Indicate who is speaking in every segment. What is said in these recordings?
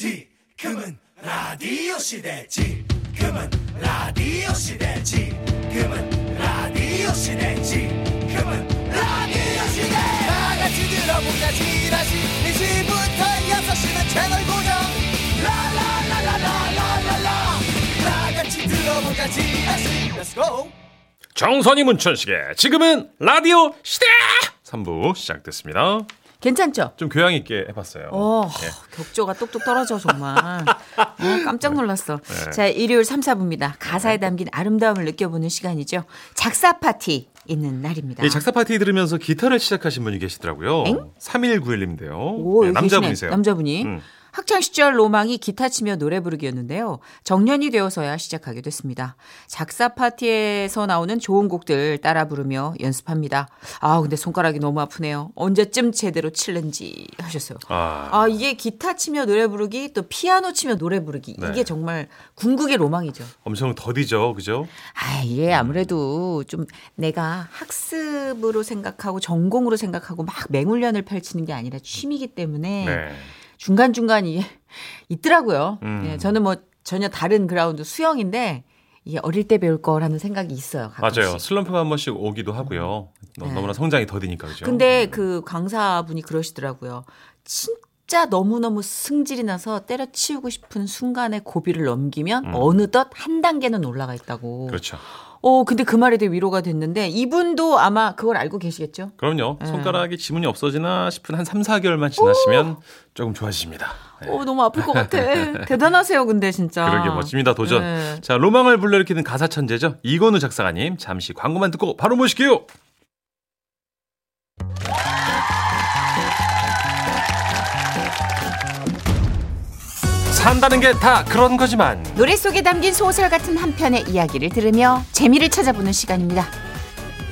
Speaker 1: 지금은 라디오 시대 지금은 라디오 시대 지금은 라디오 시대 지금은 라디오 시대 다 같이 들어보자 지라시 1시부터 6시는 채널 고정 라라라라라라라라 다 같이 들어보자 지라시 Let's go
Speaker 2: 정선이 문천식의 지금은 라디오 시대 3부 시작됐습니다.
Speaker 3: 괜찮죠?
Speaker 2: 좀 교양 있게 해봤어요.
Speaker 3: 어,
Speaker 2: 네.
Speaker 3: 격조가 똑똑 떨어져 정말. 어, 깜짝 놀랐어.
Speaker 2: 네.
Speaker 3: 자, 일요일 3, 4부입니다. 가사에 담긴 아름다움을 느껴보는 시간이죠. 작사 파티 있는 날입니다.
Speaker 2: 예. 이 작사 파티 들으면서 기타를 시작하신 분이 계시더라고요. 3191님인데요.
Speaker 3: 오, 여기
Speaker 2: 남자분이세요.
Speaker 3: 계시네. 남자분이.
Speaker 2: 음.
Speaker 3: 학창 시절 로망이 기타 치며 노래 부르기였는데요. 정년이 되어서야 시작하게 됐습니다. 작사 파티에서 나오는 좋은 곡들 따라 부르며 연습합니다. 아, 근데 손가락이 너무 아프네요. 언제쯤 제대로 칠는지 하셨어요.
Speaker 2: 아,
Speaker 3: 아, 이게 기타 치며 노래 부르기 또 피아노 치며 노래 부르기
Speaker 2: 네.
Speaker 3: 이게 정말 궁극의 로망이죠.
Speaker 2: 엄청 더디죠, 그죠?
Speaker 3: 아,
Speaker 2: 음.
Speaker 3: 이게 아무래도 좀 내가 학습으로 생각하고 전공으로 생각하고 막 맹훈련을 펼치는 게 아니라 취미이기 때문에
Speaker 2: 네.
Speaker 3: 중간 중간 이게 있더라고요.
Speaker 2: 음.
Speaker 3: 예, 저는 뭐 전혀 다른 그라운드 수영인데 이게 어릴 때 배울 거라는 생각이 있어요. 가끔씩.
Speaker 2: 맞아요. 슬럼프가 한 번씩 오기도 하고요. 너-
Speaker 3: 네.
Speaker 2: 너무나 성장이 더디니까 그죠? 음.
Speaker 3: 근데 그 강사분이 그러시더라고요. 진짜 너무너무 승질이 나서 때려치우고 싶은 순간에 고비를 넘기면 어느덧 한 단계는 올라가 있다고.
Speaker 2: 그렇죠.
Speaker 3: 어, 근데 그 말이 되게 위로가 됐는데 이분도 아마 그걸 알고 계시겠죠?
Speaker 2: 그럼요. 손가락이 지문이 없어지나 싶은 한 3, 4개월만 지나시면 조금 좋아집니다. 네.
Speaker 3: 어, 너무 아플 것 같아. 대단하세요, 근데 진짜.
Speaker 2: 그러게 뭐, 멋집니다. 도전.
Speaker 3: 아. 네.
Speaker 2: 자, 로망을 불러일으키는 가사 천재죠. 이건우 작사가님. 잠시 광고만 듣고 바로 모실게요. 산다는 게 다 그런 거지만
Speaker 3: 노래 속에 담긴 소설 같은 한 편의 이야기를 들으며 재미를 찾아보는 시간입니다.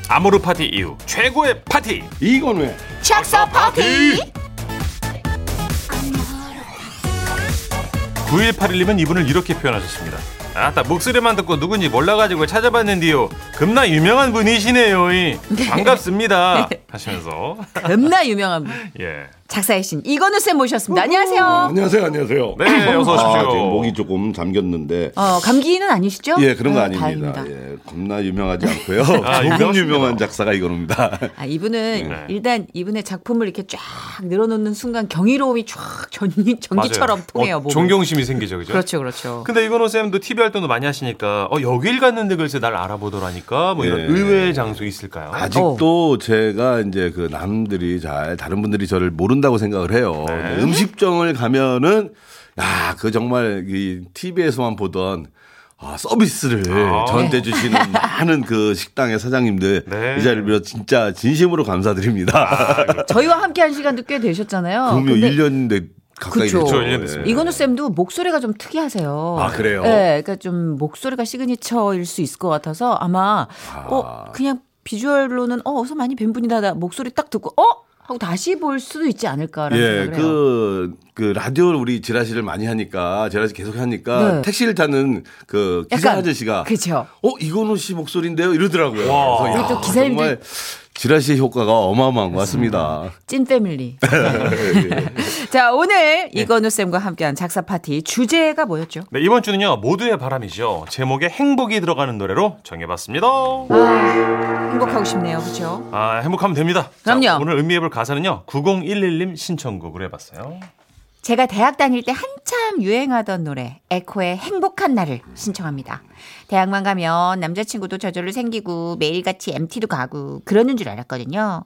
Speaker 2: 아모르 파티 이후 최고의 파티.
Speaker 1: 이건우의
Speaker 3: 착사 파티!
Speaker 2: 9181님은 이분을 이렇게 표현하셨습니다. 아따 목소리만 듣고 누군지 몰라가지고 찾아봤는데요. 금나 유명한 분이시네요. 이. 반갑습니다. 하시면서
Speaker 3: 겁나 유명한 분.
Speaker 2: 예.
Speaker 3: 작사의 신 이건우 쌤 모셨습니다. 안녕하세요.
Speaker 4: 안녕하세요, 안녕하세요.
Speaker 2: 네, 어서
Speaker 4: 아,
Speaker 2: 오십시오.
Speaker 4: 지금 목이 조금 잠겼는데.
Speaker 3: 어, 감기는 아니시죠?
Speaker 4: 예, 그런 거
Speaker 3: 어,
Speaker 4: 아닙니다.
Speaker 3: 다행입니다.
Speaker 4: 예, 겁나 유명하지 않고요.
Speaker 2: 아,
Speaker 4: 조금
Speaker 2: 유명하십니다.
Speaker 4: 유명한 작사가 이건우입니다.
Speaker 3: 아, 이분은
Speaker 2: 네.
Speaker 3: 일단 이분의 작품을 이렇게 쫙 늘어놓는 순간 경이로움이 쫙 전기, 전기처럼
Speaker 2: 맞아요.
Speaker 3: 통해요.
Speaker 2: 어,
Speaker 3: 몸을.
Speaker 2: 존경심이 생기죠, 그죠?
Speaker 3: 그렇죠, 그렇죠.
Speaker 2: 근데 이건호 쌤도 TV 활동도 많이 하시니까 어 여길 갔는데 글쎄 날 알아보더라니까 뭐 이런
Speaker 4: 예.
Speaker 2: 의외의 장소 있을까요?
Speaker 4: 아직도
Speaker 3: 어.
Speaker 4: 제가 이제 그 남들이 잘 다른 분들이 저를 모른다고 생각을 해요.
Speaker 2: 네.
Speaker 4: 근데 음식점을 가면은 야, 그 정말 이 TV에서만 보던 아, 서비스를
Speaker 2: 아.
Speaker 4: 저한테 주시는 많은 그 식당의 사장님들
Speaker 2: 네. 아,
Speaker 4: 이 자리를 빌어 진짜 진심으로 감사드립니다.
Speaker 3: 저희와 함께 한 시간도 꽤 되셨잖아요.
Speaker 4: 그럼요,
Speaker 3: 근데
Speaker 4: 1년 내 가까이
Speaker 3: 그쵸.
Speaker 4: 됐죠.
Speaker 2: 그쵸, 1년 됐습니다.
Speaker 3: 이건우 쌤도 목소리가 좀 특이하세요.
Speaker 4: 아, 그래요?
Speaker 3: 네, 그러니까 좀 목소리가 시그니처일 수 있을 것 같아서 아마 어 그냥 비주얼로는 어 어서 많이 뵌 분이다 나 목소리 딱 듣고 어 하고 다시 볼 수도 있지 않을까라는
Speaker 4: 예,
Speaker 3: 생각을 해요.
Speaker 4: 그, 그, 라디오를 우리 지라시를 많이 하니까, 지라시 계속 하니까,
Speaker 3: 네.
Speaker 4: 택시를 타는 그, 기사
Speaker 3: 약간,
Speaker 4: 아저씨가,
Speaker 3: 그죠.
Speaker 4: 어, 이건우 씨 목소리인데요? 이러더라고요.
Speaker 2: 와.
Speaker 4: 그래서
Speaker 3: 우리 또
Speaker 4: 야,
Speaker 3: 기사님들-
Speaker 4: 정말 지라시의 효과가 어마어마한 것 같습니다.
Speaker 3: 찐 패밀리. 자 오늘 이건우 쌤과 함께한 작사 파티 주제가 뭐였죠?
Speaker 2: 네, 이번 주는요 모두의 바람이죠. 제목에 행복이 들어가는 노래로 정해봤습니다.
Speaker 3: 행복하고 싶네요, 그렇죠?
Speaker 2: 아 행복하면 됩니다. 자,
Speaker 3: 그럼요.
Speaker 2: 오늘 음미해볼 가사는요 9011님 신청곡으로 해봤어요.
Speaker 3: 제가 대학 다닐 때 한참 유행하던 노래 에코의 행복한 날을 신청합니다. 대학만 가면 남자친구도 저절로 생기고 매일같이 MT도 가고 그러는 줄 알았거든요.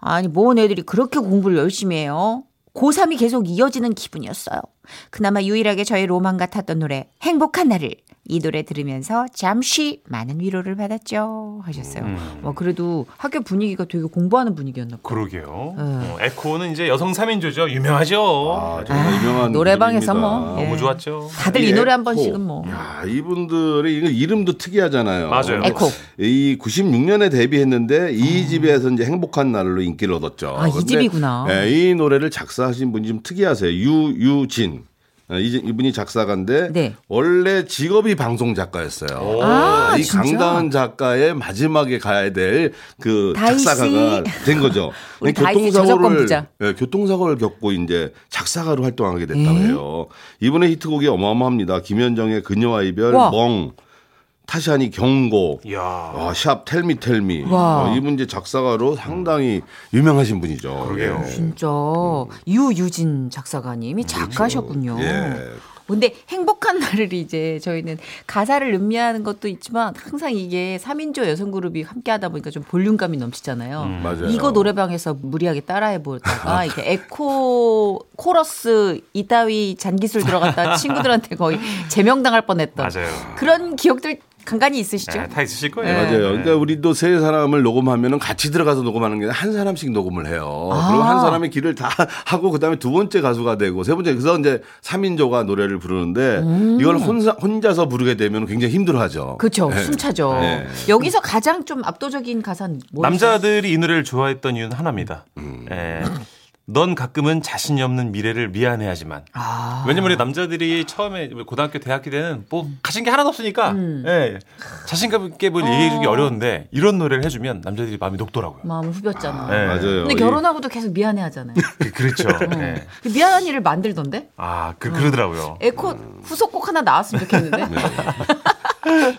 Speaker 3: 아니 뭔 애들이 그렇게 공부를 열심히 해요. 고3이 계속 이어지는 기분이었어요. 그나마 유일하게 저의 로망 같았던 노래 행복한 날을 이 노래 들으면서 잠시 많은 위로를 받았죠 하셨어요.
Speaker 4: 음.
Speaker 3: 와 그래도 학교 분위기가 되게 공부하는 분위기였나 봐요.
Speaker 2: 그러게요.
Speaker 3: 네.
Speaker 2: 어, 에코는 이제 여성 3인조죠. 유명하죠.
Speaker 4: 아, 정말 유명한.
Speaker 3: 노래방에서
Speaker 4: 분입니다.
Speaker 3: 뭐, 예.
Speaker 2: 너무 좋았죠.
Speaker 3: 다들 이
Speaker 4: 이
Speaker 3: 노래 한
Speaker 4: 에코.
Speaker 3: 번씩은 뭐.
Speaker 4: 야, 이분들의 이거 이름도 특이하잖아요. 어,
Speaker 2: 맞아요.
Speaker 3: 에코.
Speaker 4: 이 96년에 데뷔했는데 이 집에서 이제 행복한 날로 인기를 얻었죠.
Speaker 3: 아, 이
Speaker 4: 근데,
Speaker 3: 집이구나.
Speaker 4: 예, 이 노래를 작사하신 분이 좀 특이하세요. 유유진. 어, 이- 이분이 작사가인데
Speaker 3: 네.
Speaker 4: 원래 직업이 방송 작가였어요.
Speaker 3: 아,
Speaker 4: 이
Speaker 3: 진짜?
Speaker 4: 강다은 작가의 마지막에 가야 될 그
Speaker 3: 다이씨.
Speaker 4: 작사가가 된 거죠. 네,
Speaker 3: 우리 다이씨 저작권 부자.
Speaker 4: 예, 교통사고를 겪고 이제 작사가로 활동하게 됐다고
Speaker 3: 예?
Speaker 4: 해요. 이분의 히트곡이 어마어마합니다. 김현정의 그녀와 이별,
Speaker 3: 와.
Speaker 4: 멍, 타샤니 경고,
Speaker 2: 예. 이야.
Speaker 4: 아, 샵 텔미 텔미.
Speaker 3: 와.
Speaker 4: 어, 이분 이제 작사가로 상당히 유명하신 분이죠.
Speaker 2: 그러게요.
Speaker 4: 예.
Speaker 3: 진짜
Speaker 2: 음.
Speaker 3: 유유진 작사가님이
Speaker 2: 그렇죠.
Speaker 3: 작가셨군요.
Speaker 4: 예.
Speaker 3: 근데 행복한 날을 이제 저희는 가사를 음미하는 것도 있지만 항상 이게 3인조 여성 그룹이 함께 하다 보니까 좀 볼륨감이 넘치잖아요.
Speaker 2: 음,
Speaker 4: 맞아요.
Speaker 3: 이거 노래방에서 무리하게 따라해
Speaker 2: 아,
Speaker 3: 보다가 이렇게 에코 코러스 이따위 잔기술 들어갔다 친구들한테 거의 제명당할 뻔했던
Speaker 2: 맞아요.
Speaker 3: 그런 기억들 간간히 있으시죠?
Speaker 2: 네, 다 있으실 거예요.
Speaker 3: 네.
Speaker 4: 맞아요. 그러니까
Speaker 2: 네.
Speaker 4: 우리도 세 사람을 녹음하면은 같이 들어가서 녹음하는 게 한 사람씩 녹음을 해요.
Speaker 3: 아.
Speaker 4: 그리고 한 사람의 길을 다 하고 그다음에 두 번째 가수가 되고 세 번째 그래서 이제 3인조가 노래를 부르는데 이걸 혼자 혼자서 부르게 되면 굉장히 힘들어하죠.
Speaker 3: 음. 그렇죠.
Speaker 4: 네.
Speaker 3: 숨차죠.
Speaker 4: 네.
Speaker 3: 여기서 가장 좀 압도적인 가사는 뭐였어요?
Speaker 2: 남자들이 이 노래를 좋아했던 이유는 하나입니다.
Speaker 4: 음.
Speaker 2: 예. 넌 가끔은 자신이 없는 미래를 미안해하지만
Speaker 3: 아.
Speaker 2: 왜냐면 우리 남자들이 처음에 고등학교 대학교 때는 뭐
Speaker 3: 음.
Speaker 2: 가진 게 하나도 없으니까 예. 자신감 있게 뭘
Speaker 3: 아.
Speaker 2: 얘기해주기 어려운데 이런 노래를 해주면 남자들이 마음이 녹더라고요.
Speaker 3: 마음을 후볐잖아.
Speaker 2: 네.
Speaker 4: 맞아요.
Speaker 3: 근데
Speaker 4: 이-
Speaker 3: 결혼하고도 계속 미안해 하잖아요.
Speaker 2: 그- 그렇죠. 예.
Speaker 3: 미안한 일을 만들던데?
Speaker 2: 아, 그, 그러더라고요.
Speaker 3: 에코 후속곡 하나 나왔으면 좋겠는데?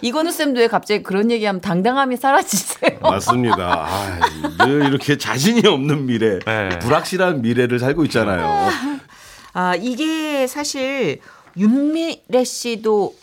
Speaker 3: 이건우 쌤도 왜 갑자기 그런 얘기하면 당당함이 사라지세요?
Speaker 4: 맞습니다. 아, 늘 이렇게 자신이 없는 미래,
Speaker 2: 네.
Speaker 4: 불확실한 미래를 살고 있잖아요.
Speaker 3: 아, 이게 사실 윤미래 씨도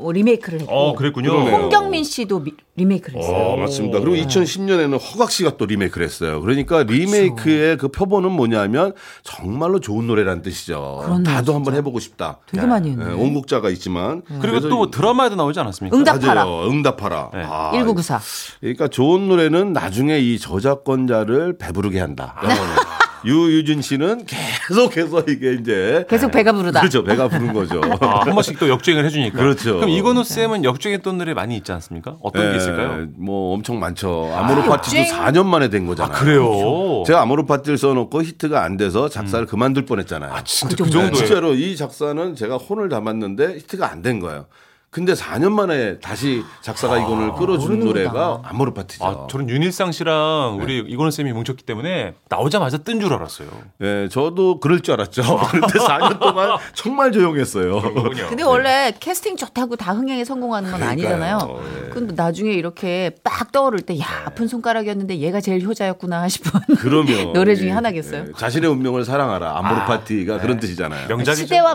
Speaker 3: 뭐 리메이크를 했고.
Speaker 2: 어, 그랬군요.
Speaker 4: 그러네요.
Speaker 3: 홍경민 씨도 미- 리메이크를 했어요. 네.
Speaker 4: 어, 맞습니다. 그리고 2010년에는 허각 씨가 또 리메이크를 했어요. 그러니까 리메이크의 그 표본은 뭐냐면 정말로 좋은 노래라는 뜻이죠.
Speaker 3: 그렇네요,
Speaker 4: 나도
Speaker 3: 진짜.
Speaker 4: 한번 해보고 싶다.
Speaker 3: 되게 많이
Speaker 4: 예,
Speaker 3: 했네. 음.
Speaker 4: 원곡자가 있지만 음.
Speaker 2: 그리고
Speaker 4: 그래서
Speaker 2: 또
Speaker 4: 이-
Speaker 2: 드라마에도 나오지 않았습니까?
Speaker 3: 응답- 응답하라.
Speaker 4: 맞아요. 응답하라.
Speaker 2: 네.
Speaker 4: 아,
Speaker 3: 1994.
Speaker 4: 그러니까 좋은 노래는 나중에 이 저작권자를 배부르게 한다.
Speaker 3: 아.
Speaker 4: 유유진 씨는 계속해서 이게 이제
Speaker 3: 계속 배가 부르다.
Speaker 4: 그렇죠. 배가 부른 거죠.
Speaker 2: 아, 한 번씩 또 역주행을 해주니까.
Speaker 4: 그렇죠.
Speaker 2: 그럼 이건우
Speaker 3: 네.
Speaker 2: 쌤은 역주행했던 노래 많이 있지 않습니까? 어떤
Speaker 4: 예,
Speaker 2: 게 있을까요?
Speaker 4: 뭐 엄청 많죠. 아모르
Speaker 3: 아,
Speaker 4: 파티도
Speaker 3: 역주행.
Speaker 4: 4년 만에 된 거잖아요.
Speaker 3: 어.
Speaker 2: 그래요.
Speaker 4: 제가 아모르 파티를 써놓고 히트가 안 돼서 작사를 그만둘 뻔했잖아요.
Speaker 2: 진짜
Speaker 3: 음. 그
Speaker 2: 그
Speaker 3: 정도예요?
Speaker 2: 정도예요.
Speaker 4: 진짜로 이 작사는 제가 혼을 담았는데 히트가 안 된 거예요. 근데 4년 만에 다시 작사가 이건을 끌어준
Speaker 3: 아, 모르는구나.
Speaker 4: 노래가 아모르 파티죠.
Speaker 2: 아, 저는 윤일상 씨랑
Speaker 4: 네.
Speaker 2: 우리 이건우 쌤이 뭉쳤기 때문에 나오자마자 뜬 줄 알았어요.
Speaker 4: 예, 저도 그럴 줄 알았죠. 그런데 4년 동안 정말 조용했어요.
Speaker 3: 근데 원래 캐스팅 좋다고 다 흥행에 성공하는 건 아니잖아요.
Speaker 4: 예.
Speaker 3: 근데 나중에 이렇게 빡 떠오를 때, 야, 아픈 손가락이었는데 얘가 제일 효자였구나 싶은
Speaker 4: 그러면
Speaker 3: 노래 중에
Speaker 4: 예,
Speaker 3: 하나겠어요.
Speaker 4: 예, 자신의 운명을 사랑하라. 아모르 파티가
Speaker 3: 네.
Speaker 4: 그런 뜻이잖아요.
Speaker 2: 명작이죠. 네.
Speaker 3: 시대와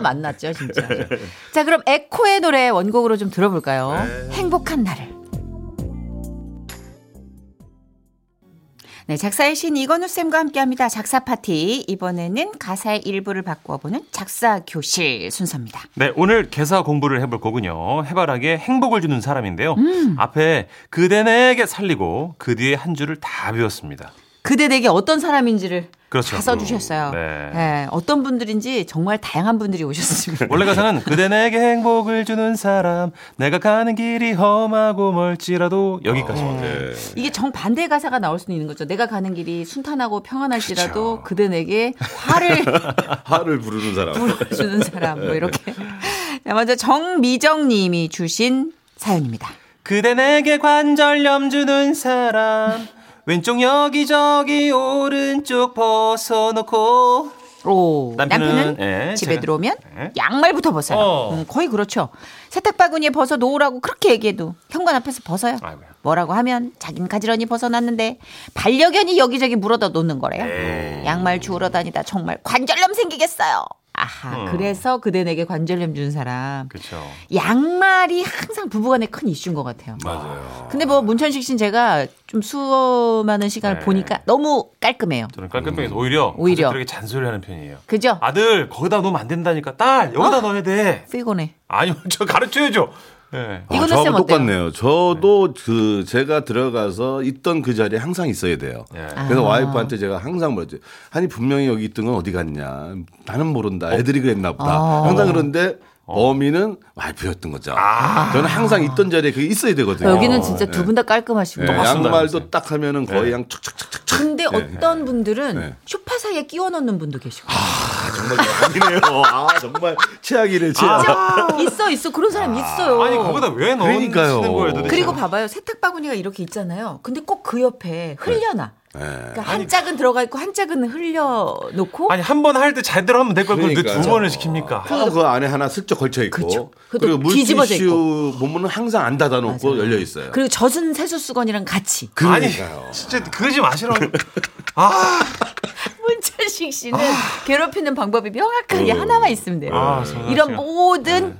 Speaker 3: 만났죠, 진짜. 자, 그럼 에코의 노래 원곡으로 좀 들어볼까요?
Speaker 2: 네.
Speaker 3: 행복한 날을. 네, 작사의 신 이건우 쌤과 함께합니다. 작사 파티 이번에는 가사의 일부를 바꾸어 보는 작사 교실 순서입니다.
Speaker 2: 네, 오늘 개사 공부를 해볼 거군요. 해바라기에 행복을 주는 사람인데요.
Speaker 3: 음.
Speaker 2: 앞에 그대 내게 살리고 그 뒤에 한 줄을 다 배웠습니다.
Speaker 3: 그대 내게 어떤 사람인지를
Speaker 2: 그렇죠.
Speaker 3: 다 써주셨어요.
Speaker 2: 네.
Speaker 3: 네, 어떤 분들인지 정말 다양한 분들이 오셨습니다.
Speaker 2: 원래 가사는 그대 내게 행복을 주는 사람 내가 가는 길이 험하고 멀지라도 여기까지
Speaker 4: 아, 네.
Speaker 2: 왔어요.
Speaker 4: 예,
Speaker 3: 이게 정반대 가사가 나올 수는 있는 거죠. 내가 가는 길이 순탄하고 평안할지라도
Speaker 2: 그쵸.
Speaker 3: 그대 내게 화를
Speaker 4: 하를 부르는 사람.
Speaker 3: 불어주는 사람 뭐 이렇게. 자, 먼저 정미정 님이 주신 사연입니다.
Speaker 2: 그대 내게 관절염 주는 사람 왼쪽 여기저기 오른쪽 벗어놓고
Speaker 3: 오, 남편은,
Speaker 2: 남편은, 예,
Speaker 3: 집에
Speaker 2: 제가-
Speaker 3: 들어오면
Speaker 2: 예.
Speaker 3: 양말부터 벗어요.
Speaker 2: 어.
Speaker 3: 음, 거의 그렇죠. 세탁바구니에 벗어 놓으라고 그렇게 얘기해도 현관 앞에서 벗어요.
Speaker 2: 아이고야.
Speaker 3: 뭐라고 하면 자긴 가지런히 벗어놨는데 반려견이 여기저기 물어다 놓는 거래요.
Speaker 2: 네.
Speaker 3: 양말 주우러 다니다 정말 관절염 생기겠어요. 아하, 그래서 그대 내게 관절염 준 사람.
Speaker 2: 그렇죠.
Speaker 3: 양말이 항상 부부간의 큰 이슈인 것 같아요.
Speaker 4: 맞아요.
Speaker 3: 근데 뭐 문천식 씨는 제가 좀 수많은 시간을
Speaker 2: 네.
Speaker 3: 보니까 너무 깔끔해요.
Speaker 2: 저는
Speaker 4: 음.
Speaker 2: 깔끔해서 오히려
Speaker 3: 오히려.
Speaker 2: 가족들에게 잔소리를 하는 편이에요.
Speaker 3: 그죠?
Speaker 2: 아들 거기다 놓으면 안 된다니까 딸
Speaker 3: 아.
Speaker 2: 여기다 넣어야 돼.
Speaker 3: 피곤해.
Speaker 2: 아니요 저 가르쳐야죠. 예.
Speaker 4: 아,
Speaker 3: 이거는
Speaker 4: 저하고
Speaker 3: 쌤 어때요?
Speaker 4: 똑같네요. 저도 그 제가 들어가서 있던 그 자리에 항상 있어야 돼요.
Speaker 2: 예.
Speaker 4: 그래서
Speaker 3: 아.
Speaker 4: 와이프한테 제가 항상 물었죠. 아니 분명히 여기 있던 건 어디 갔냐. 나는 모른다. 애들이 그랬나 보다.
Speaker 3: 어.
Speaker 4: 항상 그런데 범인은 와이프였던 거죠. 저는 항상 있던 자리에 그게 있어야 되거든요.
Speaker 3: 여기는
Speaker 2: 네.
Speaker 3: 진짜 두 분 다 깔끔하시고.
Speaker 4: 예,
Speaker 2: 맞습니다,
Speaker 4: 양말도
Speaker 2: 선생님.
Speaker 4: 딱 하면은 거의 양 촉촉촉촉.
Speaker 3: 근데 어떤 분들은
Speaker 4: 네.
Speaker 2: 아.
Speaker 3: 쇼파 사이에 끼워 넣는 분도 계시고.
Speaker 4: 정말 아니네요. 아 정말 최악이네 최악.
Speaker 3: 진짜 있어 있어 그런 사람 있어요.
Speaker 2: 아니 거기다 왜 넣는
Speaker 4: 그러니까요.
Speaker 2: 거예요 도대체?
Speaker 3: 그리고 봐봐요 세탁 바구니가 이렇게 있잖아요. 근데 꼭 그 옆에
Speaker 2: 네.
Speaker 3: 흘려놔.
Speaker 4: 네.
Speaker 3: 그러니까 한 짝은 들어가 있고 한 짝은 흘려놓고
Speaker 2: 아니 한 번 할 때 제대로 하면 될 걸 그걸
Speaker 4: 그러니까요.
Speaker 2: 왜두 번을 시킵니까?
Speaker 4: 하나 그 안에 하나 슬쩍 걸쳐
Speaker 3: 그렇죠.
Speaker 4: 있고 그
Speaker 3: 그것도
Speaker 4: 리고
Speaker 3: 뒤집어져
Speaker 4: 물티슈 보면은 항상 안 닫아놓고 열려 있어요.
Speaker 3: 그리고 젖은 세수 수건이랑 같이.
Speaker 4: 그러니까요.
Speaker 2: 아니 진짜 그러지 마시라고. 아,
Speaker 3: 문천식 씨는 괴롭히는 방법이 명확하게 하나만 있으면 돼요.
Speaker 2: 아, 정말
Speaker 3: 이런
Speaker 2: 씨가.
Speaker 3: 모든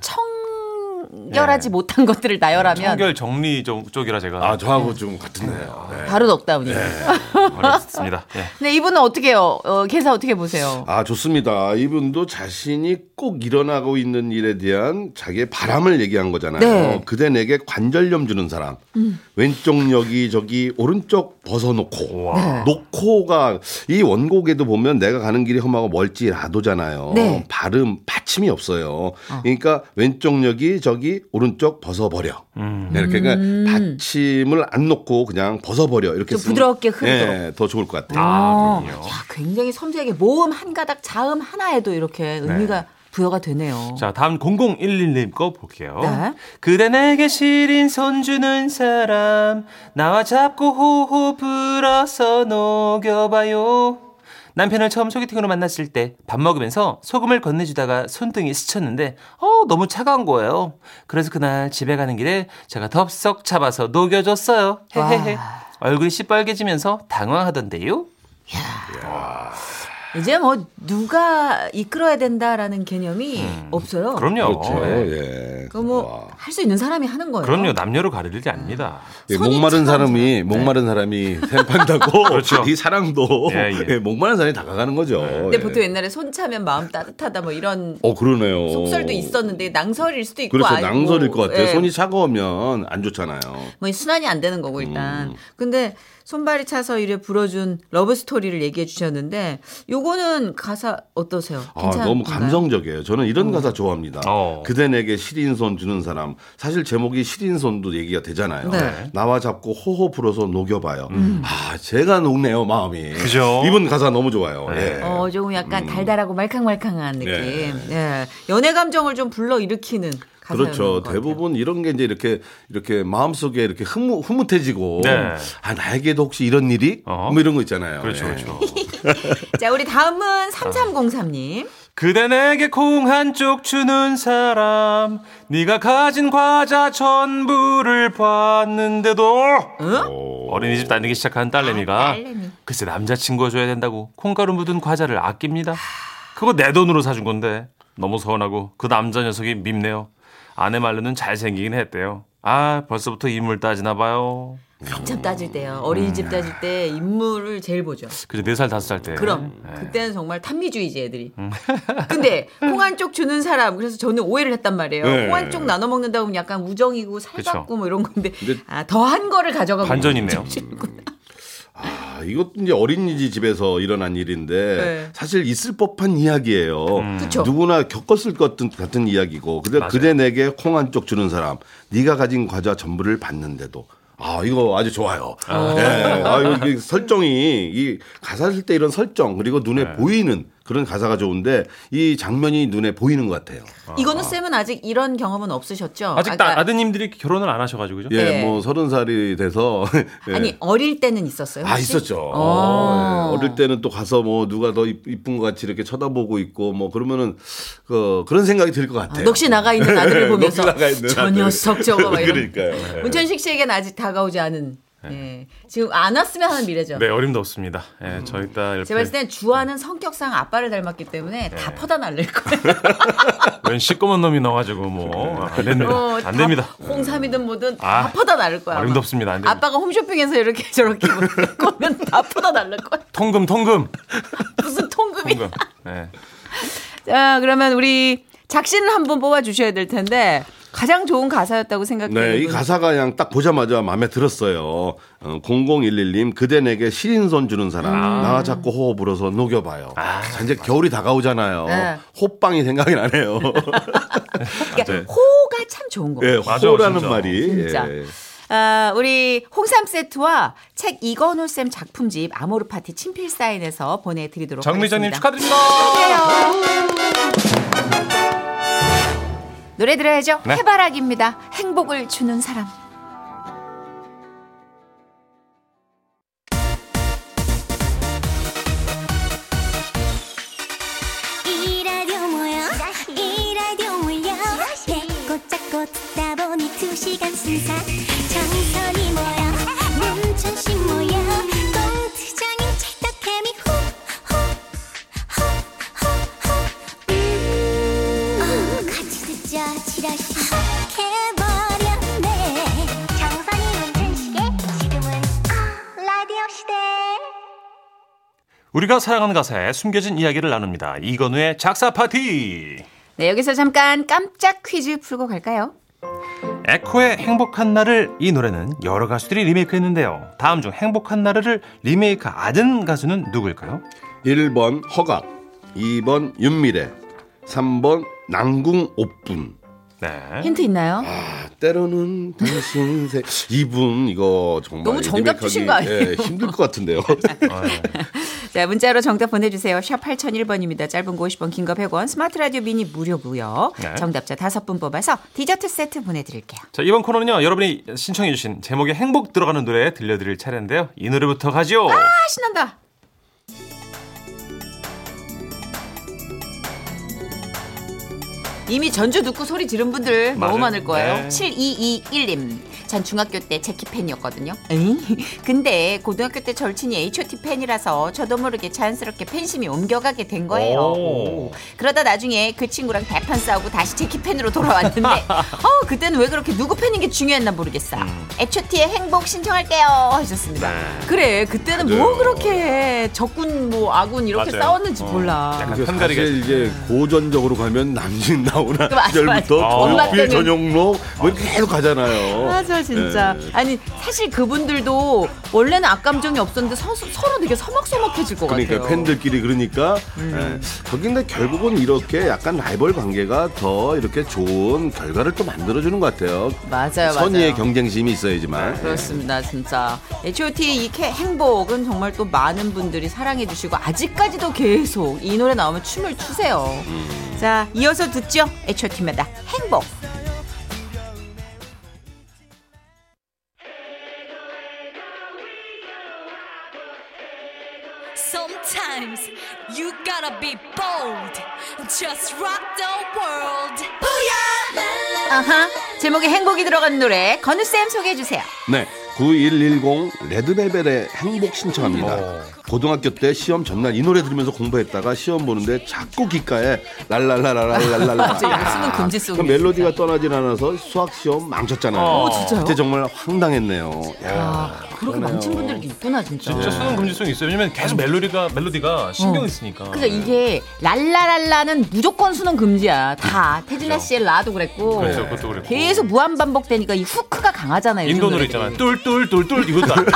Speaker 3: 청결하지 못한 것들을 나열하면
Speaker 2: 청결 정리 쪽- 쪽이라 제가
Speaker 4: 아 저하고 좀 같은데요. 네.
Speaker 3: 바로 넉다운이에요.
Speaker 2: 어렵습니다. 예.
Speaker 3: 근데 이분은 어떻게 해요? 어, 계사 어떻게 보세요?
Speaker 4: 아 좋습니다. 이분도 자신이 꼭 일어나고 있는 일에 대한 자기의 바람을 얘기한 거잖아요.
Speaker 3: 네. 음.
Speaker 4: 그대 내게 관절염 주는 사람. 왼쪽 여기 저기 오른쪽 벗어놓고
Speaker 3: 네.
Speaker 4: 놓고가 이 원곡에도 보면 내가 가는 길이 험하고 멀지라도잖아요.
Speaker 3: 네.
Speaker 4: 발음 받침이 없어요. 그러니까 왼쪽 여기 저기 오른쪽 벗어버려. 네, 이렇게 그러니까 받침을 안 놓고 그냥 벗어버려
Speaker 3: 음.
Speaker 4: 이렇게
Speaker 3: 좀
Speaker 4: 쓰면,
Speaker 3: 부드럽게
Speaker 2: 네.
Speaker 3: 흐르도록.
Speaker 4: 예, 더 좋을 것 같아요.
Speaker 2: 아,
Speaker 3: 어,
Speaker 2: 그렇군요.
Speaker 3: 야, 굉장히 섬세하게 모음 한 가닥 자음 하나에도 이렇게 의미가 부여가 되네요.
Speaker 2: 네. 자, 어? 다음 0011님 거 볼게요.
Speaker 3: 네.
Speaker 2: 그대 내게 시린 손 주는 사람, 나와 잡고 호호 불어서 녹여봐요. 남편을 처음 소개팅으로 만났을 때 밥 먹으면서 소금을 건네주다가 손등이 스쳤는데 어 너무 차가운 거예요. 그래서 그날 집에 가는 길에 제가 덥석 잡아서 녹여줬어요. 헤헤헤.
Speaker 3: 와.
Speaker 2: 얼굴이 시뻘개지면서 당황하던데요.
Speaker 3: 이제 뭐 누가 이끌어야 된다라는 개념이 없어요.
Speaker 2: 음. 그럼요.
Speaker 4: 그렇죠.
Speaker 2: 예.
Speaker 4: 예.
Speaker 3: 네. 그뭐 할 수 있는 사람이 하는 거예요.
Speaker 2: 그럼요. 남녀로 가리는 게 아닙니다.
Speaker 4: 예,
Speaker 3: 손이
Speaker 4: 목마른
Speaker 3: 차가운 네.
Speaker 4: 사람이 목마른 사람이 샘판다고
Speaker 2: 그렇죠.
Speaker 4: 이 사랑도
Speaker 2: 예, 네. 예.
Speaker 4: 예, 목마른 사람이 다가가는 거죠.
Speaker 3: 근데
Speaker 4: 예.
Speaker 3: 보통 옛날에 손 차면 마음 따뜻하다 뭐 이런
Speaker 4: 어 그러네요.
Speaker 3: 속설도 있었는데 낭설일 수도 있고
Speaker 4: 그래서
Speaker 3: 아니고.
Speaker 4: 낭설일 것 같아요.
Speaker 3: 예.
Speaker 4: 손이 차가우면 안 좋잖아요.
Speaker 3: 뭐 순환이 안 되는 거고 일단.
Speaker 4: 음.
Speaker 3: 근데 손발이 차서 이래 불어준 러브 스토리를 얘기해 주셨는데 요거는 가사 어떠세요?
Speaker 4: 아,
Speaker 3: 괜찮은가요?
Speaker 4: 너무 감성적이에요. 저는 이런 가사 좋아합니다.
Speaker 2: 어.
Speaker 4: 그대 내게 시린 손 주는 사람. 사실 제목이 시린 손도 얘기가 되잖아요.
Speaker 3: 네.
Speaker 4: 나와 잡고 호호 불어서 녹여봐요. 아, 제가 녹네요, 마음이.
Speaker 2: 음. 그죠. 네.
Speaker 4: 이분 가사 너무 좋아요. 예.
Speaker 3: 어, 조금 약간 달달하고 말캉말캉한 느낌.
Speaker 4: 네.
Speaker 3: 예. 연애 감정을 좀 불러 일으키는 가사.
Speaker 4: 그렇죠. 대부분 이런 게 이제 이렇게 이렇게 마음속에 이렇게 흐무, 흐뭇해지고
Speaker 2: 네.
Speaker 4: 아 나에게도 혹시 이런 일이
Speaker 2: 어.
Speaker 4: 뭐 이런 거 있잖아요.
Speaker 2: 그렇죠,
Speaker 4: 예.
Speaker 2: 그렇죠.
Speaker 3: 자, 우리 다음은
Speaker 4: 아.
Speaker 3: 3303님.
Speaker 2: 그대 내게 콩 한쪽 주는 사람 네가 가진 과자 전부를 봤는데도 어린이집 다니기 시작한 딸내미가
Speaker 3: 어? 아, 딸내미.
Speaker 2: 글쎄 남자친구가 줘야 된다고 콩가루 묻은 과자를 아낍니다 그거 내 돈으로 사준 건데 너무 서운하고 그 남자 녀석이 밉네요 아내 말로는 잘생기긴 했대요 아 벌써부터 인물 따지나 봐요
Speaker 3: 한참 따질 때요.
Speaker 4: 음.
Speaker 3: 어린이집 따질 때 인물을 제일 보죠.
Speaker 2: 그죠 4살 5살 때
Speaker 3: 그럼
Speaker 2: 네.
Speaker 3: 그때는 정말 탐미주의지 애들이.
Speaker 4: 음.
Speaker 3: 근데 홍한 쪽 주는 사람 그래서 저는 오해를 했단 말이에요.
Speaker 4: 네.
Speaker 3: 홍한 쪽 나눠 먹는다 보면 약간 우정이고 살갑고 뭐 이런 건데
Speaker 4: 근데- 음.
Speaker 3: 아, 더한 거를 가져가고
Speaker 2: 반전이네요
Speaker 4: 아, 이것도 이제 어린이집 집에서 일어난 일인데
Speaker 3: 네.
Speaker 4: 사실 있을 법한 이야기예요.
Speaker 3: 그쵸.
Speaker 4: 누구나 겪었을 것 같은, 같은 이야기고. 근데
Speaker 2: 음. 맞아요.
Speaker 4: 그대 내게 콩 한 쪽 주는 사람, 네가 가진 과자 전부를 받는데도. 아, 이거 아주 좋아요. 예. 아, 이거 이 설정이 이 가사 쓸 때 이런 설정 그리고 눈에
Speaker 2: 네.
Speaker 4: 보이는 그런 가사가 좋은데 이 장면이 눈에 보이는 것 같아요.
Speaker 3: 이거는 쌤은 아직 이런 경험은 없으셨죠?
Speaker 2: 아직
Speaker 3: 어, 아까-
Speaker 2: 다 아드님들이 결혼을 안 하셔가지고 그죠?
Speaker 4: 예,
Speaker 3: 네.
Speaker 4: 뭐 서른 살이 돼서 예.
Speaker 3: 아니 어릴 때는 있었어요.
Speaker 4: 아
Speaker 3: 혹시?
Speaker 4: 있었죠.
Speaker 3: 어.
Speaker 4: 어. 어릴 때는 또 가서 뭐 누가 더 이- 이쁜 것 같이 이렇게 쳐다보고 있고 뭐 그러면은 그 그런 생각이 들 것
Speaker 3: 아,
Speaker 4: 같아요.
Speaker 3: 넋이 나가 있는 아들을 보면서
Speaker 4: 넋이 나가 있는
Speaker 3: 저
Speaker 4: 아들.
Speaker 3: 녀석 저거 막 이런.
Speaker 4: 그러니까요. 네.
Speaker 3: 문천식 씨에게는 아직 다가오지 않은. 예. 지금 안 왔으면 하는 미래죠.
Speaker 2: 네 어림도 없습니다 예, 저희 딸
Speaker 3: 제가 봤을
Speaker 2: 옆에
Speaker 3: 땐 주아는 성격상 아빠를 닮았기 때문에 다
Speaker 2: 네.
Speaker 3: 퍼다 날릴 거예요.
Speaker 2: 그러니까 웬 시꺼먼 놈이 나와가지고 뭐안 됩니다.
Speaker 3: 어,
Speaker 2: 안
Speaker 3: 다
Speaker 2: 됩니다.
Speaker 3: 홍삼이든 뭐든 다
Speaker 2: 아,
Speaker 3: 퍼다 날릴 거야. 아마.
Speaker 2: 어림도 없습니다. 안 됩니다.
Speaker 3: 아빠가 홈쇼핑에서 이렇게 저렇게 뭐 꼬면 다 퍼다 날릴 거야.
Speaker 2: 통금 통금
Speaker 3: 무슨 통금이.
Speaker 2: 통금. 네.
Speaker 3: 어, 자, 그러면 우리 작신을 한번 뽑아 주셔야 될 텐데 가장 좋은 가사였다고 생각해요.
Speaker 4: 네, 이
Speaker 3: 이분.
Speaker 4: 가사가 그냥 딱 보자마자 마음에 들었어요. 어, 0011님, 그대 내게 시린손 주는 사람,
Speaker 3: 음.
Speaker 4: 나 자꾸 호흡 불어서 녹여봐요. 자, 이제 겨울이
Speaker 3: 아.
Speaker 4: 다가오잖아요.
Speaker 3: 네.
Speaker 4: 호빵이 생각이 나네요.
Speaker 2: 네.
Speaker 3: 그러니까 호가 참 좋은 거.
Speaker 4: 예,
Speaker 3: 같아요
Speaker 2: 맞아,
Speaker 4: 호라는
Speaker 2: 진짜.
Speaker 4: 말이.
Speaker 3: 진짜.
Speaker 4: 예.
Speaker 3: 아, 우리 홍삼 세트와 책 이건우 쌤 작품집 아모르 파티 친필 사인에서 보내드리도록
Speaker 2: 정미정님
Speaker 3: 하겠습니다.
Speaker 2: 축하드립니다.
Speaker 5: 노래 들어야죠.
Speaker 2: 네.
Speaker 5: 해바라기입니다. 행복을 주는 사람.
Speaker 6: 이 라디오 모여 이 라디오 몰려 배꼽 잡고 듣다 보니 두 시간 순삭 정선이 모여 문천식 모여 공투장인 찰떡케미 후후후후 음. 어, 같이 듣자 지라시 해버렸네 정선이 문천식의 지금은 아, 라디오 시대
Speaker 2: 우리가 사랑하는 가사에 숨겨진 이야기를 나눕니다. 이건우의 작사 파티.
Speaker 5: 네, 여기서 잠깐 깜짝 퀴즈 풀고 갈까요?
Speaker 2: 에코의 행복한 날을 이 노래는 여러 가수들이 리메이크했는데요. 다음 중 행복한 날을 리메이크 아는 가수는 누구일까요?
Speaker 4: 1번 허각, 2번 윤미래, 3번 낭궁 옥분.
Speaker 2: 네.
Speaker 3: 힌트 있나요?
Speaker 4: 아, 때로는 당신 세 이분 이거 정말
Speaker 3: 너무 정답
Speaker 4: 리메이크하기,
Speaker 3: 주신 거 아니에요?
Speaker 4: 예, 힘들 것 같은데요.
Speaker 3: 자, 문자로 정답 보내주세요. 샵 8001번입니다. 짧은 거 50원, 긴 거 100원, 스마트 라디오 미니 무료고요.
Speaker 2: 네.
Speaker 3: 정답자 5분 뽑아서 디저트 세트 보내드릴게요.
Speaker 2: 자, 이번 코너는요. 여러분이 신청해 주신 제목에 행복 들어가는 노래 들려드릴 차례인데요. 이 노래부터 가죠.
Speaker 3: 아, 신난다. 이미 전주 듣고 소리 지른 분들
Speaker 2: 맞아요.
Speaker 3: 너무 많을 거예요.
Speaker 2: 네.
Speaker 3: 7221님. 전 중학교 때 제키 팬이었거든요. 근데 고등학교 때 절친이 H.O.T 팬이라서 저도 모르게 자연스럽게 팬심이 옮겨가게 된 거예요.
Speaker 2: 오.
Speaker 3: 그러다 나중에 그 친구랑 대판 싸우고 다시 제키 팬으로 돌아왔는데 어 그때는 왜 그렇게 누구 팬인 게 중요했나 모르겠어요.
Speaker 2: 음.
Speaker 3: H.O.T의 행복 신청할게요 하셨습니다.
Speaker 2: 네.
Speaker 3: 그래 그때는 뭐
Speaker 4: 맞아요.
Speaker 3: 그렇게 적군 뭐 아군 이렇게
Speaker 2: 맞아요.
Speaker 3: 싸웠는지
Speaker 2: 어.
Speaker 3: 몰라.
Speaker 2: 약간
Speaker 4: 이게
Speaker 2: 편가리가
Speaker 4: 사실 이게 고전적으로 가면 남진 나오나
Speaker 3: 맞아, 맞아.
Speaker 4: 시절부터 뭐
Speaker 3: 엄마
Speaker 4: 조용필
Speaker 3: 때는-
Speaker 4: 전용록 뭐 이렇게 계속 가잖아요.
Speaker 3: 맞아 진짜.
Speaker 4: 예.
Speaker 3: 아니 사실 그분들도 원래는 악감정이 없었는데 서, 로 되게 서먹서먹해질 것
Speaker 4: 그러니까
Speaker 3: 같아요. 음.
Speaker 4: 팬들끼리 그러니까 예. 거긴데 결국은 이렇게 약간 라이벌 관계가 더 이렇게 좋은 결과를 또 만들어주는 것 같아요.
Speaker 3: 맞아요,
Speaker 4: 선의의
Speaker 3: 맞아요.
Speaker 4: 경쟁심이 있어야지만. 네.
Speaker 3: 그렇습니다, 진짜. H.O.T. 이 캐- 행복은 정말 또 많은 분들이 사랑해주시고 아직까지도 계속 이 노래 나오면 춤을 추세요. 자, 이어서 듣죠. H.O.T.마다 행복.
Speaker 7: Sometimes you gotta be bold. Just rock the world.
Speaker 3: 아하. 제목에 행복이 들어간 노래 건우쌤 소개해주세요.
Speaker 4: 네. 9110 레드벨벳의 행복 신청합니다. 고등학교 때 시험 전날 이 노래 들으면서 공부했다가 시험 보는데 자꾸 귓가에 랄랄랄랄랄랄랄라.
Speaker 3: 진짜 영수는 금지송이에요,
Speaker 4: 그 멜로디가 떠나질 않아서 수학 시험 망쳤잖아요.
Speaker 2: 어,
Speaker 3: 진짜요? 아,
Speaker 4: 그때 정말 황당했네요. 야,
Speaker 3: 그렇게 망친 분들도 있구나, 진짜.
Speaker 2: 진짜 수능 금지성이 있어요. 왜냐면 계속 멜로디가 멜로디가 신경 쓰니까.
Speaker 3: 그러니까 이게 랄라랄라는 무조건 수능 금지야. 다 태진아 씨의 라도 그랬고
Speaker 2: 그렇죠, 그것도 그랬고.
Speaker 3: 계속 무한 반복되니까 이 후크가 강하잖아요. 요즘
Speaker 2: 인도 노래
Speaker 3: 노래들이.
Speaker 2: 있잖아요. 똘똘똘똘 이것도 안 돼.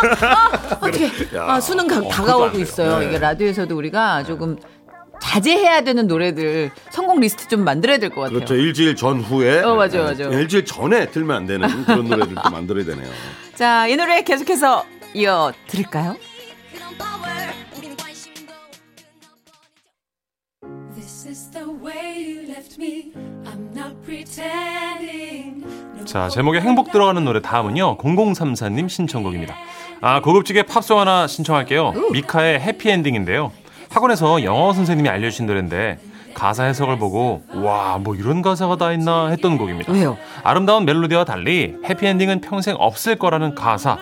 Speaker 3: 어떻게 아, 수능 가,
Speaker 2: 그것도 안
Speaker 3: 다가오고
Speaker 2: 돼요. 네.
Speaker 3: 있어요. 이게 라디오에서도 우리가 조금 자제해야 되는 노래들 성공 리스트 좀 만들어야 될 것 같아요.
Speaker 4: 그렇죠. 일주일 전후에. 네.
Speaker 3: 어, 맞아요, 맞아요.
Speaker 4: 일주일 전에 들면 안 되는 그런 노래들도 만들어야 되네요.
Speaker 3: 자, 이 노래 계속해서 이어 들을까요?
Speaker 7: 그런 power. 우린 관심도 끊어버리죠.
Speaker 8: This is the way you left me. I'm not pretending. No
Speaker 2: 자, 제목에 행복 들어가는 노래 다음은요. 0034님 신청곡입니다. 아, 고급지게 팝송 하나 신청할게요. 미카의 해피엔딩인데요. 학원에서 영어 선생님이 알려주신 노래인데 가사 해석을 보고 와, 뭐 이런 가사가 다 있나 했던 곡입니다.
Speaker 3: 왜요?
Speaker 2: 아름다운 멜로디와 달리 해피엔딩은 평생 없을 거라는 가사.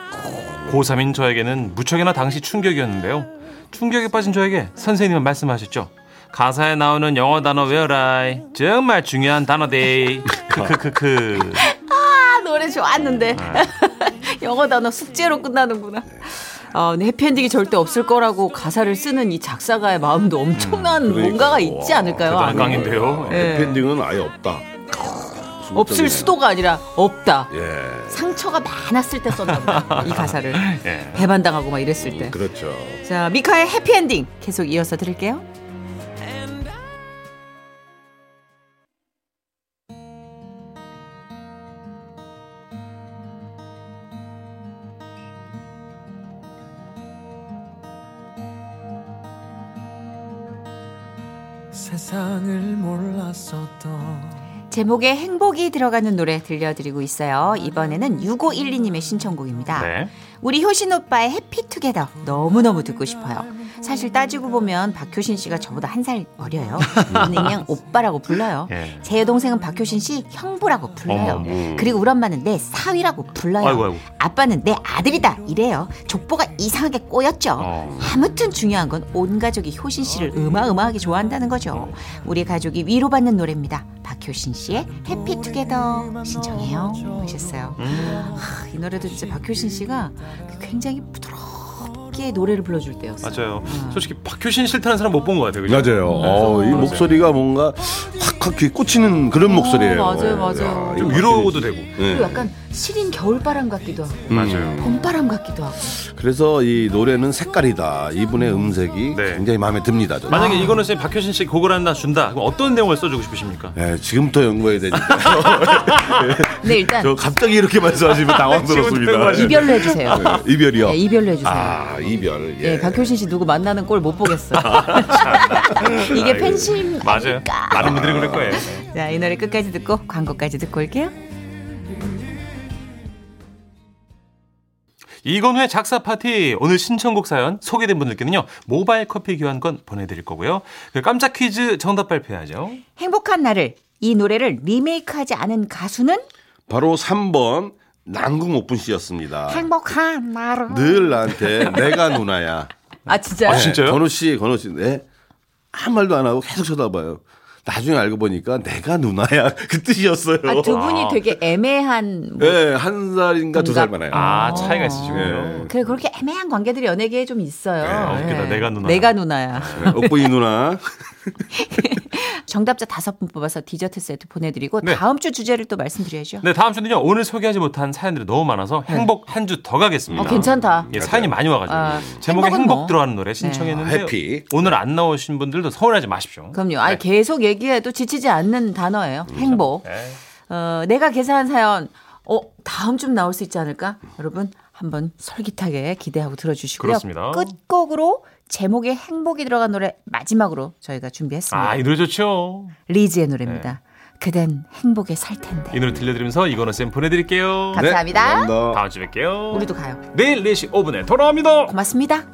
Speaker 2: 고3인 저에게는 무척이나 당시 충격이었는데요. 충격에 빠진 저에게 선생님은 말씀하셨죠. 가사에 나오는 영어 단어 외워라. 정말 중요한 그, 단어데. 크크크크.
Speaker 3: 아, 노래 좋았는데
Speaker 4: 아.
Speaker 3: 영어 단어 숙제로 끝나는구나. 아, 근데 해피엔딩이 절대 없을 거라고 가사를 쓰는 이 작사가의 마음도 엄청난
Speaker 4: 그러니까.
Speaker 3: 뭔가가 있지 않을까요?
Speaker 2: 대단한
Speaker 3: 안에?
Speaker 2: 깡인데요.
Speaker 3: 예.
Speaker 4: 해피엔딩은 네. 아예 없다.
Speaker 3: 없을 수도가 아니라 없다.
Speaker 4: 예.
Speaker 3: 상처가 많았을 때 썼나 보다. 이 가사를
Speaker 2: 예.
Speaker 3: 배반당하고 막 이랬을 때.
Speaker 4: 그렇죠.
Speaker 3: 자, 미카의 해피엔딩 계속 이어서 들을게요.
Speaker 1: 세상을 몰랐었던
Speaker 3: 제목에 행복이 들어가는 노래 들려드리고 있어요. 이번에는 6512님의 신청곡입니다.
Speaker 2: 네.
Speaker 3: 우리 효신 오빠의 해피투게더 너무너무 듣고 싶어요. 사실 따지고 보면 박효신 씨가 저보다 한 살 어려요. 저는 그냥 오빠라고 불러요.
Speaker 2: 예.
Speaker 3: 제 동생은 박효신 씨 형부라고 불러요.
Speaker 2: 어머.
Speaker 3: 그리고 우리 엄마는 내 사위라고 불러요.
Speaker 2: 아이고, 아이고.
Speaker 3: 빠는내 아들이다 이래요. 족보가 이상하게 꼬였죠.
Speaker 2: 어.
Speaker 3: 아무튼 중요한 건 온 가족이 효신 씨를 어마어마하게 좋아한다는 거죠. 우리 가족이 위로받는 노래입니다. 박효신 씨의 해피투게더 신청해요. 하셨어요.
Speaker 2: 음.
Speaker 3: 하, 이 노래도 진짜 박효신 씨가 굉장히 부드럽게 노래를 불러줄 때였어요.
Speaker 2: 맞아요.
Speaker 3: 음.
Speaker 2: 솔직히 박효신 싫다는 사람 못 본 것 같아요. 그죠?
Speaker 4: 맞아요. 어, 이 목소리가 뭔가 확확 귀에 꽂히는 그런 목소리예요.
Speaker 3: 어,
Speaker 4: 네.
Speaker 3: 맞아요, 맞아요.
Speaker 4: 야,
Speaker 2: 좀
Speaker 4: 이
Speaker 2: 위로도 되고.
Speaker 3: 그리고 약간 시린 겨울바람 같기도 하고
Speaker 2: 음. 맞아요.
Speaker 3: 봄바람 같기도 하고
Speaker 4: 그래서 이 노래는 색깔이다. 이분의 음색이
Speaker 2: 네.
Speaker 4: 굉장히 마음에 듭니다. 저는.
Speaker 2: 만약에 이거는 선생님 박효신 씨 곡을 하나 준다. 그럼 어떤 내용을 써주고 싶으십니까?
Speaker 4: 네, 지금부터 연구해야 되니까.
Speaker 3: 근데 일단
Speaker 4: 저 갑자기 이렇게 말씀하시면 당황스럽습니다.
Speaker 3: 이별로 해주세요.
Speaker 4: 네, 이별이요.
Speaker 3: 네, 이별로 해주세요.
Speaker 4: 아, 이별.
Speaker 3: 예,
Speaker 4: 예.
Speaker 3: 박효신 씨 누구 만나는 꼴 못 보겠어. 이게
Speaker 2: 아이고.
Speaker 3: 팬심
Speaker 2: 맞아요.
Speaker 3: 그러니까.
Speaker 2: 많은 분들이 그럴 거예요.
Speaker 3: 자, 이 노래 끝까지 듣고 광고까지 듣고 올게요.
Speaker 2: 이건우의 작사 파티 오늘 신청곡 사연 소개된 분들께는요 모바일 커피 교환권 보내드릴 거고요 그 깜짝 퀴즈 정답 발표해야죠
Speaker 3: 행복한 나를 이 노래를 리메이크하지 않은 가수는
Speaker 4: 바로 3번 난궁 오픈 씨였습니다.
Speaker 3: 행복한 나를.
Speaker 4: 늘 나한테 내가 누나야.
Speaker 3: 아 진짜요?
Speaker 4: 네,
Speaker 2: 진짜요?
Speaker 4: 건우 씨, 건우 씨, 네. 아무 말도 안 하고 계속 쳐다봐요. 나중에 알고 보니까 내가 누나야 그 뜻이었어요.
Speaker 3: 아, 두 분이
Speaker 2: 아.
Speaker 3: 되게 애매한. 뭐-
Speaker 4: 네, 한 살인가 두 살 네, 많아요.
Speaker 2: 아 차이가 있으시군요
Speaker 3: 음, 그래 그렇게 애매한 관계들이 연예계에 좀 있어요.
Speaker 2: 네, 웃기다.
Speaker 3: 예.
Speaker 2: 내가 누나야.
Speaker 3: 내가 누나야.
Speaker 4: 네, 옥부이 누나.
Speaker 3: 정답자 다섯 분 뽑아서 디저트 세트 보내드리고
Speaker 2: 네.
Speaker 3: 다음 주 주제를 또 말씀드려야죠.
Speaker 2: 네 다음 주는요 오늘 소개하지 못한 사연들이 너무 많아서 행복 한 주 더 가겠습니다
Speaker 3: 네. 어, 괜찮다.
Speaker 2: 예, 사연이 많이 와가지고
Speaker 3: 아,
Speaker 2: 제목에
Speaker 3: 행복은
Speaker 2: 행복
Speaker 3: 뭐.
Speaker 2: 들어가는 노래 신청했는데
Speaker 4: 아, 해피.
Speaker 2: 오늘 안 나오신 분들도 서운하지 마십시오
Speaker 3: 그럼요. 아
Speaker 2: 네.
Speaker 3: 계속 얘기해도 지치지 않는 단어예요. 행복.
Speaker 2: 네.
Speaker 3: 어, 내가 계산한 사연, 어, 다음 좀 나올 수 있지 않을까? 여러분, 한번 솔깃하게 기대하고 들어주시고요.
Speaker 2: 그렇습니다.
Speaker 3: 끝곡으로 제목에 행복이 들어간 노래 마지막으로 저희가 준비했습니다.
Speaker 2: 아이 노래 좋죠
Speaker 3: 리즈의 노래입니다. 그댄 행복에 살 텐데.
Speaker 2: 이 노래 들려드리면서 이건우 쌤 보내드릴게요
Speaker 4: 네.
Speaker 3: 감사합니다.
Speaker 4: 감사합니다.
Speaker 2: 다음 주에 뵐게요
Speaker 3: 우리도 가요.
Speaker 2: 내일 4시 5분에 돌아옵니다
Speaker 3: 고맙습니다.